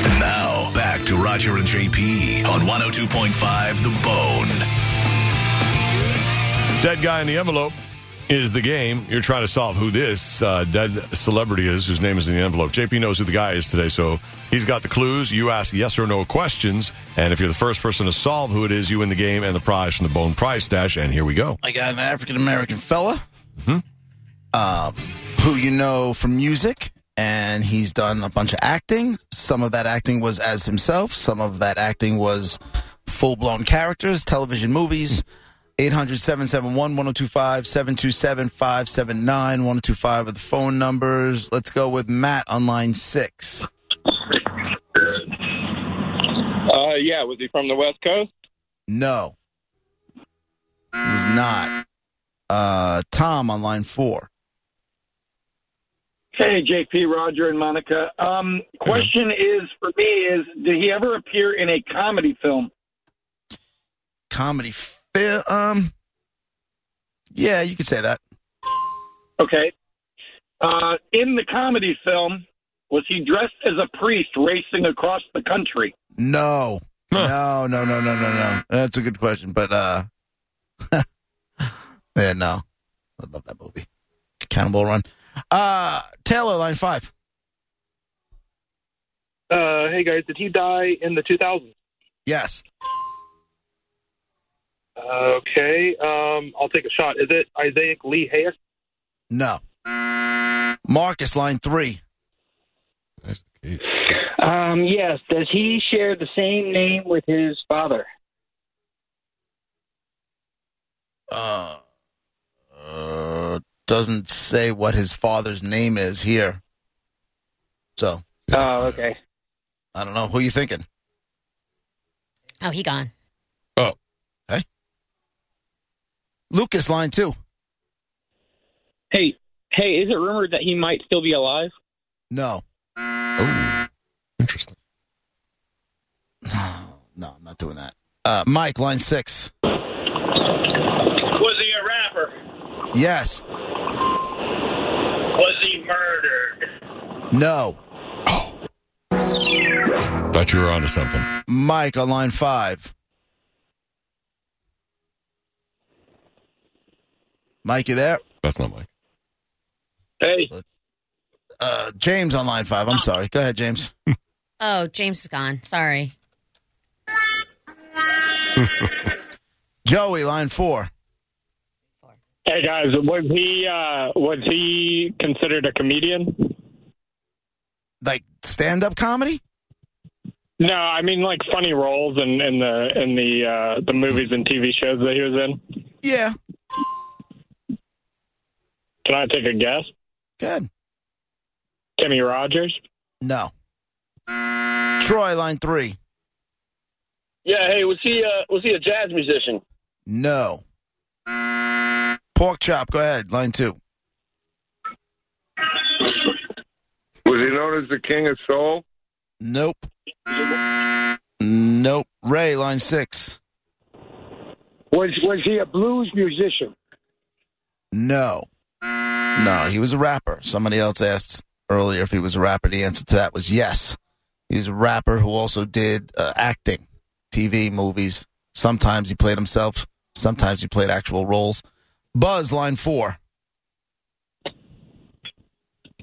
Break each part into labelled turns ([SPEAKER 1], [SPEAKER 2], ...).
[SPEAKER 1] Now, back to Roger and JP on 102.5 The Bone.
[SPEAKER 2] Dead guy in the envelope is the game. You're trying to solve who this uh, dead celebrity is whose name is in the envelope. JP knows who the guy is today, so he's got the clues. You ask yes or no questions, and if you're the first person to solve who it is, you win the game and the prize from the Bone Prize Stash. And here we go.
[SPEAKER 3] I got an African American fella um, who you know from music, and he's done a bunch of acting. Some of that acting was as himself, some of that acting was full blown characters, television movies. 800 771 1025 727 579 1025 are the phone numbers. Let's go with Matt on line six.
[SPEAKER 4] Uh, yeah. Was he from the West Coast?
[SPEAKER 3] No. It was not. Uh, Tom on line four.
[SPEAKER 5] Hey, JP, Roger, and Monica. Um, question is for me is did he ever appear in a comedy film?
[SPEAKER 3] comedy film. Um, yeah, you could say that.
[SPEAKER 5] Okay. Uh, in the comedy film, was he dressed as a priest racing across the country?
[SPEAKER 3] No, no, no, no, no, no, no. That's a good question, but uh, yeah, no. I love that movie, Cannonball Run. Uh, Taylor, line five.
[SPEAKER 4] Uh, hey guys, did he die in the 2000s?
[SPEAKER 3] Yes,
[SPEAKER 4] Uh, Okay. Um, I'll take a shot. Is it Isaac Lee Hayes?
[SPEAKER 3] no. Marcus, line three.
[SPEAKER 6] Um, yes. Does he share the same name with his father?
[SPEAKER 3] Uh, uh, doesn't say what his father's name is here. So
[SPEAKER 6] Oh, okay.
[SPEAKER 3] I don't know who you thinking.
[SPEAKER 7] Oh, he gone.
[SPEAKER 3] Lucas, line two.
[SPEAKER 8] Hey, hey, is it rumored that he might still be alive?
[SPEAKER 3] No,
[SPEAKER 2] Oh, interesting.
[SPEAKER 3] no, I'm not doing that. Uh, Mike, line six.
[SPEAKER 4] Was he a rapper?
[SPEAKER 3] Yes.
[SPEAKER 4] Was he murdered?
[SPEAKER 3] No.
[SPEAKER 2] Thought you were onto something.
[SPEAKER 3] Mike on line five. Mike, you there?
[SPEAKER 2] That's not Mike.
[SPEAKER 4] Hey,
[SPEAKER 3] Uh, James on line five. I'm sorry. Go ahead, James.
[SPEAKER 7] Oh, James is gone. Sorry.
[SPEAKER 3] Joey, line four.
[SPEAKER 8] Hey guys, was he uh, was he considered a comedian?
[SPEAKER 3] Like stand up comedy?
[SPEAKER 8] No, I mean like funny roles in, in the in the uh, the movies and TV shows that he was in.
[SPEAKER 3] Yeah.
[SPEAKER 8] Can I take a guess?
[SPEAKER 3] Good.
[SPEAKER 8] Timmy Rogers.
[SPEAKER 3] No. Troy, line three.
[SPEAKER 4] yeah. Hey, was he uh, was he a jazz musician?
[SPEAKER 3] No. Pork chop, go ahead. Line two.
[SPEAKER 9] Was he known as the King of Soul?
[SPEAKER 3] Nope. Nope. Ray, line six.
[SPEAKER 5] Was was he a blues musician?
[SPEAKER 3] No. No, he was a rapper. Somebody else asked earlier if he was a rapper. The answer to that was yes. He was a rapper who also did uh, acting, TV, movies. Sometimes he played himself, sometimes he played actual roles. Buzz, line four.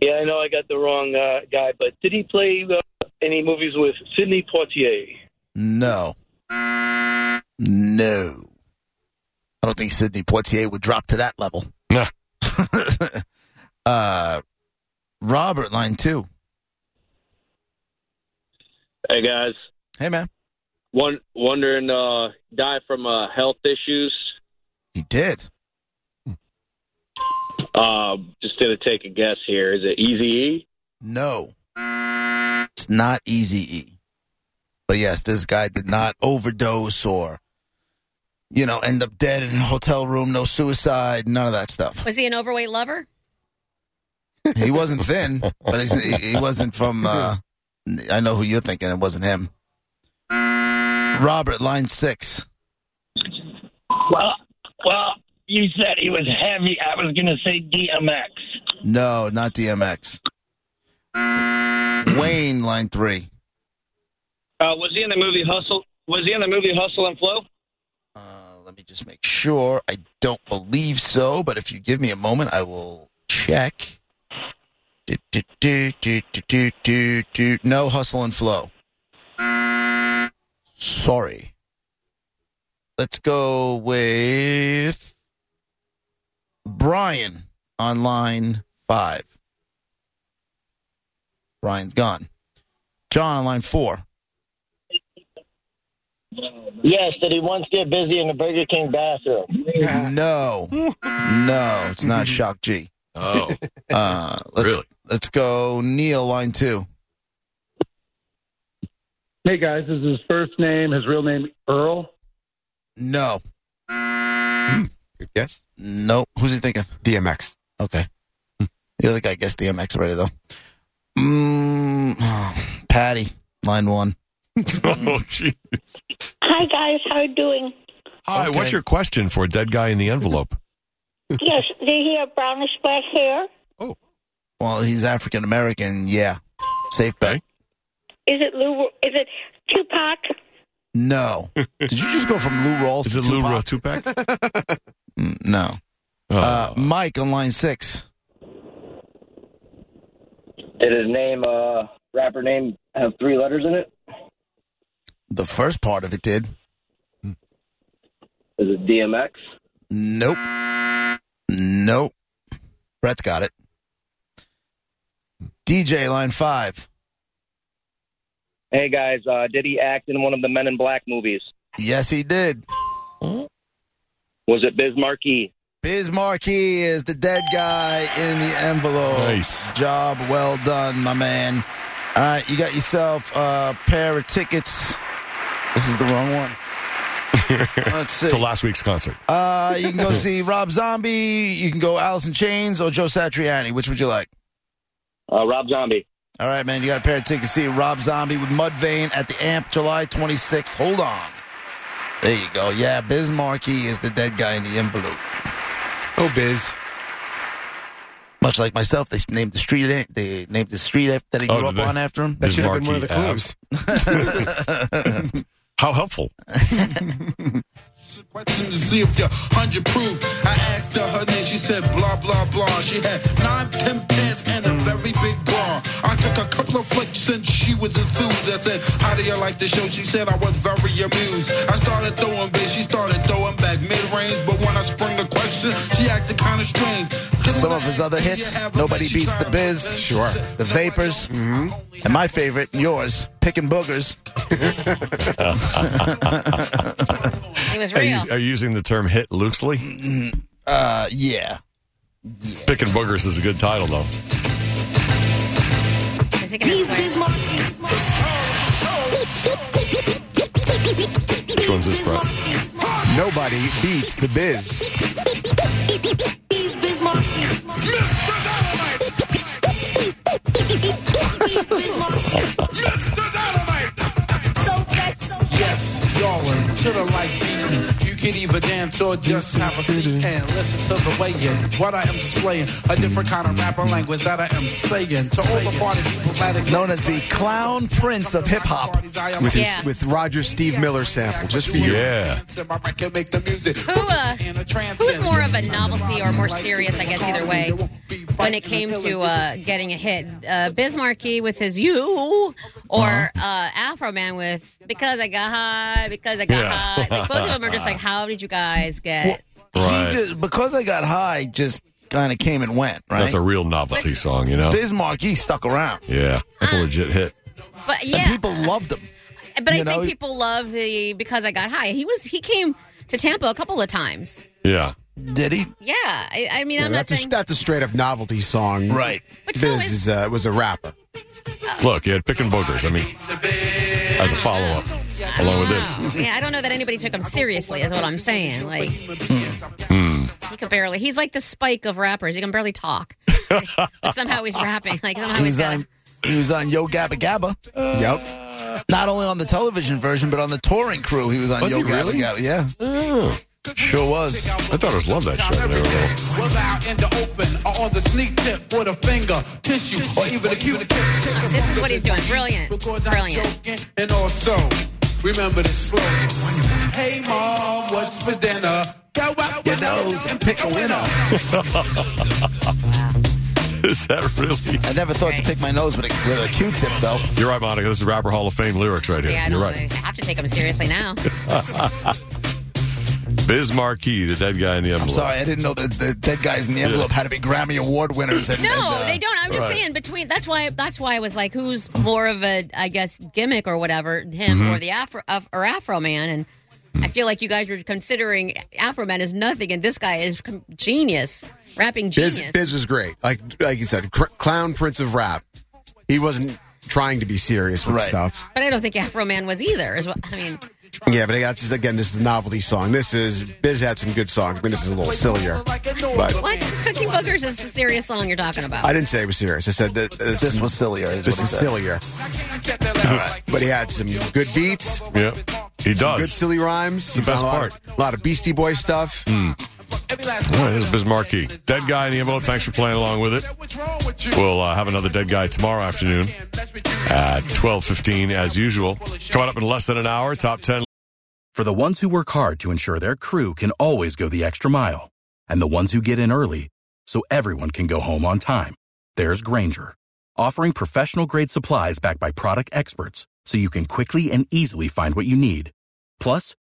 [SPEAKER 4] Yeah, I know I got the wrong uh, guy, but did he play uh, any movies with Sidney Poitier?
[SPEAKER 3] No. No. I don't think Sidney Poitier would drop to that level.
[SPEAKER 2] Nah.
[SPEAKER 3] uh, Robert, line two.
[SPEAKER 4] Hey guys,
[SPEAKER 3] Hey, man.
[SPEAKER 4] one wondering uh, die from uh, health issues.
[SPEAKER 3] He did.
[SPEAKER 4] Uh, just gonna take a guess here. Is it Easy E?
[SPEAKER 3] No. It's not easy E. But yes, this guy did not overdose or, you know, end up dead in a hotel room, no suicide, none of that stuff.
[SPEAKER 7] Was he an overweight lover?
[SPEAKER 3] He wasn't thin, but he's, he he wasn't from. Uh, I know who you're thinking. It wasn't him. Robert, line six.
[SPEAKER 10] Well, well, you said he was heavy. I was going to say DMX.
[SPEAKER 3] No, not DMX. Wayne, line three.
[SPEAKER 11] Uh, was he in the movie Hustle? Was he in the movie Hustle and Flow?
[SPEAKER 3] Uh, Let me just make sure. I don't believe so, but if you give me a moment, I will check. Do, do, do, do, do, do, do, do. No hustle and flow. Sorry. Let's go with Brian on line five. Brian's gone. John on line four.
[SPEAKER 12] Yes, did he once get busy in the Burger King bathroom?
[SPEAKER 3] No, no, it's not Shock G.
[SPEAKER 2] Oh,
[SPEAKER 3] uh, let's,
[SPEAKER 2] Really?
[SPEAKER 3] Let's go Neil line two.
[SPEAKER 13] Hey guys, is his first name his real name Earl?
[SPEAKER 3] No. Hmm.
[SPEAKER 14] Good guess.
[SPEAKER 3] Nope. Who's he thinking?
[SPEAKER 14] DMX.
[SPEAKER 3] Okay. Hmm. The other guy guessed DMX already though. Mm, Patty line one.
[SPEAKER 2] oh, gee.
[SPEAKER 15] Hi guys, how are you doing?
[SPEAKER 2] Hi, what's your question for a dead guy in the envelope?
[SPEAKER 15] yes, do you hear brownish black hair?
[SPEAKER 3] Well, he's African American. Yeah. Safe bet.
[SPEAKER 15] Is it Lou? Is it Tupac?
[SPEAKER 3] No. Did you just go from Lou Rawls? Is to it Tupac? Lou Rawls
[SPEAKER 2] Tupac?
[SPEAKER 3] no.
[SPEAKER 2] Oh.
[SPEAKER 3] Uh, Mike on line six.
[SPEAKER 12] Did his name, uh, rapper name, have three letters in it?
[SPEAKER 3] The first part of it did.
[SPEAKER 12] Is it DMX?
[SPEAKER 3] Nope. Nope. Brett's got it. DJ line five.
[SPEAKER 16] Hey guys, uh, did he act in one of the Men in Black movies?
[SPEAKER 3] Yes, he did.
[SPEAKER 16] Was it Biz Markie?
[SPEAKER 3] Biz Markie is the dead guy in the envelope. Nice. Job well done, my man. All right, you got yourself a pair of tickets. This is the wrong one. Let's see.
[SPEAKER 2] to last week's concert.
[SPEAKER 3] Uh, you can go see Rob Zombie. You can go Alice in Chains or Joe Satriani. Which would you like?
[SPEAKER 16] Uh, Rob Zombie.
[SPEAKER 3] All right, man. You got a pair of tickets to see Rob Zombie with Mudvayne at the Amp July 26th. Hold on. There you go. Yeah, Biz Markie is the dead guy in the envelope. Oh, Biz. Much like myself, they named the street. They named the street af- that he
[SPEAKER 2] Oh,
[SPEAKER 3] grew up
[SPEAKER 2] did they?
[SPEAKER 3] on after him.
[SPEAKER 2] That should have been one of the Bismarcky
[SPEAKER 3] clues.
[SPEAKER 2] How helpful.
[SPEAKER 17] Question to see if you're 100 proof. I asked her her name, she said blah, blah, blah. She had nine, ten pants and a very big bra. I took a couple of flicks and she was enthused. I said, How do you like the show? She said, I was very amused. I started throwing bits, she started throwing back mid range. But when I sprung the question, she acted kind of strange.
[SPEAKER 3] Some of his other hits, Nobody Beats the Biz. Sure. The Vapors. Mm-hmm. And my favorite, yours, Pickin' Boogers.
[SPEAKER 7] He was
[SPEAKER 2] Are you,
[SPEAKER 7] real.
[SPEAKER 2] are you using the term hit loosely?
[SPEAKER 3] Uh, yeah.
[SPEAKER 2] Picking boogers is a good title, though.
[SPEAKER 7] Is he gonna swear?
[SPEAKER 2] Which one's this, Brett?
[SPEAKER 14] Nobody beats the biz.
[SPEAKER 17] Yes, y'all are to the light beating. You can either dance or just have a seat and listen to the way in what I am displaying. A different kind of rapper language that I am saying to all the party people that are
[SPEAKER 3] Known as the Clown Prince of Hip Hop.
[SPEAKER 14] With, his- with Roger Steve Miller sample, just for you.
[SPEAKER 2] Yeah.
[SPEAKER 17] My record make the music.
[SPEAKER 7] Who, uh, who's more of a novelty or more serious, I guess, either way, when it came to uh, getting a hit? Uh, Biz Markie with his You
[SPEAKER 3] Uh-huh.
[SPEAKER 7] or uh, Afro Man with Because I Got High, Because I Got
[SPEAKER 3] Yeah.
[SPEAKER 7] High. Like, both of them are just like, how did you guys get.
[SPEAKER 3] He just because I got high, just kind of came and went. Right.
[SPEAKER 2] That's a real novelty song, you know?
[SPEAKER 3] Bismarck, he stuck around.
[SPEAKER 2] Yeah, that's a
[SPEAKER 3] Uh.
[SPEAKER 2] legit hit.
[SPEAKER 7] But yeah.
[SPEAKER 3] people loved him.
[SPEAKER 7] But I
[SPEAKER 3] You know?
[SPEAKER 7] think people love the Because I Got High. He was he came to Tampa a couple of times.
[SPEAKER 2] Yeah.
[SPEAKER 3] Did he?
[SPEAKER 7] Yeah. I, I mean,
[SPEAKER 14] Yeah,
[SPEAKER 7] I'm not
[SPEAKER 14] that's,
[SPEAKER 7] saying.
[SPEAKER 14] a, that's a straight up novelty song. Right.
[SPEAKER 7] But
[SPEAKER 14] Biz
[SPEAKER 7] so
[SPEAKER 14] is, uh, was a rapper.
[SPEAKER 2] Look, he had picking boogers. I mean, as a follow up, along with this.
[SPEAKER 7] Oh, Yeah, I don't know that anybody took him seriously, is what I'm saying. Like,
[SPEAKER 2] Hmm.
[SPEAKER 7] he can barely, he's like the spike of rappers. He can barely talk. but somehow he's rapping. Like, somehow
[SPEAKER 3] He
[SPEAKER 7] he's
[SPEAKER 3] was
[SPEAKER 7] got.
[SPEAKER 3] on he was on Yo Gabba Gabba. yep. Not only on the television version, but on the touring crew, he was on
[SPEAKER 2] Was
[SPEAKER 3] Yo
[SPEAKER 2] he
[SPEAKER 3] Gabba
[SPEAKER 2] really? Oh.
[SPEAKER 3] Gabba. Yeah. Sure was.
[SPEAKER 2] I thought it was Love That Show. when they were little.
[SPEAKER 17] Was out in the open or on the sneak tip with a finger, tissue, or even a Q-tip.
[SPEAKER 7] This is what he's doing. Brilliant. Brilliant.
[SPEAKER 17] And also, remember the slogan. Hey, mom, what's for dinner? Go out your nose and pick a winner.
[SPEAKER 2] Is that really?
[SPEAKER 3] I never thought to pick my nose with a, with a Q-tip, though.
[SPEAKER 2] You're right, Monica. This is Rapper Hall of Fame lyrics right here.
[SPEAKER 7] Yeah, I
[SPEAKER 2] You're
[SPEAKER 7] don't
[SPEAKER 2] right.
[SPEAKER 7] I have to take him seriously now.
[SPEAKER 2] Biz Marquis, the dead guy in the envelope.
[SPEAKER 3] I'm sorry, I didn't know that the dead guys in the envelope had to be Grammy Award winners. And,
[SPEAKER 7] No,
[SPEAKER 3] and, uh,
[SPEAKER 7] they don't. I'm just
[SPEAKER 3] right.
[SPEAKER 7] saying between that's why that's why I was like, who's more of a I guess gimmick or whatever, him
[SPEAKER 2] Mm-hmm.
[SPEAKER 18] Mhm.
[SPEAKER 7] or the Afro of, or Afro Man, and I feel like you guys were considering Afro Man as nothing, and this guy is com- genius, rapping
[SPEAKER 14] Biz,
[SPEAKER 7] genius.
[SPEAKER 14] Biz was great. Like like you said, cr- clown prince of rap. He wasn't trying to be serious with stuff.
[SPEAKER 7] But I don't think Afro Man was either. Is what I mean.
[SPEAKER 14] Yeah, but I got just again. This is a novelty song. This is Biz had some good songs. I mean, this is a little sillier. But
[SPEAKER 7] What cooking boogers is the serious song you're talking about?
[SPEAKER 14] I didn't say it was serious. I said that this, was
[SPEAKER 3] sillier. Is
[SPEAKER 14] this
[SPEAKER 3] what he
[SPEAKER 14] is
[SPEAKER 3] said.
[SPEAKER 14] sillier. But he had some good beats.
[SPEAKER 2] Yeah, he
[SPEAKER 14] some
[SPEAKER 2] does.
[SPEAKER 14] good silly rhymes.
[SPEAKER 2] the
[SPEAKER 14] He found
[SPEAKER 2] best
[SPEAKER 14] a lot of- a lot of Beastie Boy stuff.
[SPEAKER 2] All right, this is Biz Marquis. Dead guy in the envelope. Thanks for playing along with it. We'll uh, have another dead guy tomorrow afternoon at 12.15 as usual. Coming up in less than an hour, top 10.
[SPEAKER 19] For the ones who work hard to ensure their crew can always go the extra mile, and the ones who get in early so everyone can go home on time, there's Granger, offering professional grade supplies backed by product experts so you can quickly and easily find what you need. Plus,